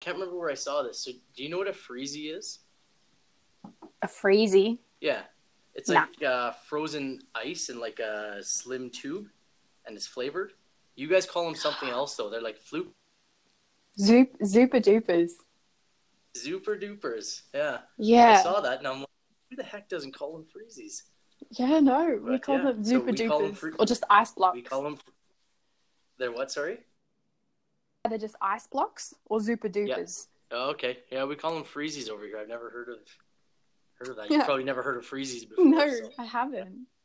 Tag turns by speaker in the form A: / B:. A: can't remember where I saw this. So do you know what a freezy is?
B: A freezy.
A: Yeah, it's
B: Nah.
A: like uh, frozen ice in like a slim tube, and it's flavored. You guys call them something else though. They're like fluke
B: Zoop, Zoopa Doopers.
A: zuper dupers. Yeah, I
B: Yeah.
A: saw that and I'm like, who the heck doesn't call them freezies?
B: Yeah, no. We
A: But
B: call
A: yeah,
B: them
A: so
B: Zoopa
A: we call them
B: Doopers.
A: free-
B: or just ice blocks.
A: We call them. They're what? Sorry.
B: Are they just ice blocks or Zoopa Doopers?
A: Oh, okay. Yeah, we call them freezies over here. I've never heard of heard of that.
B: Yeah.
A: You've probably never heard of freezies before.
B: No,
A: so-
B: I haven't.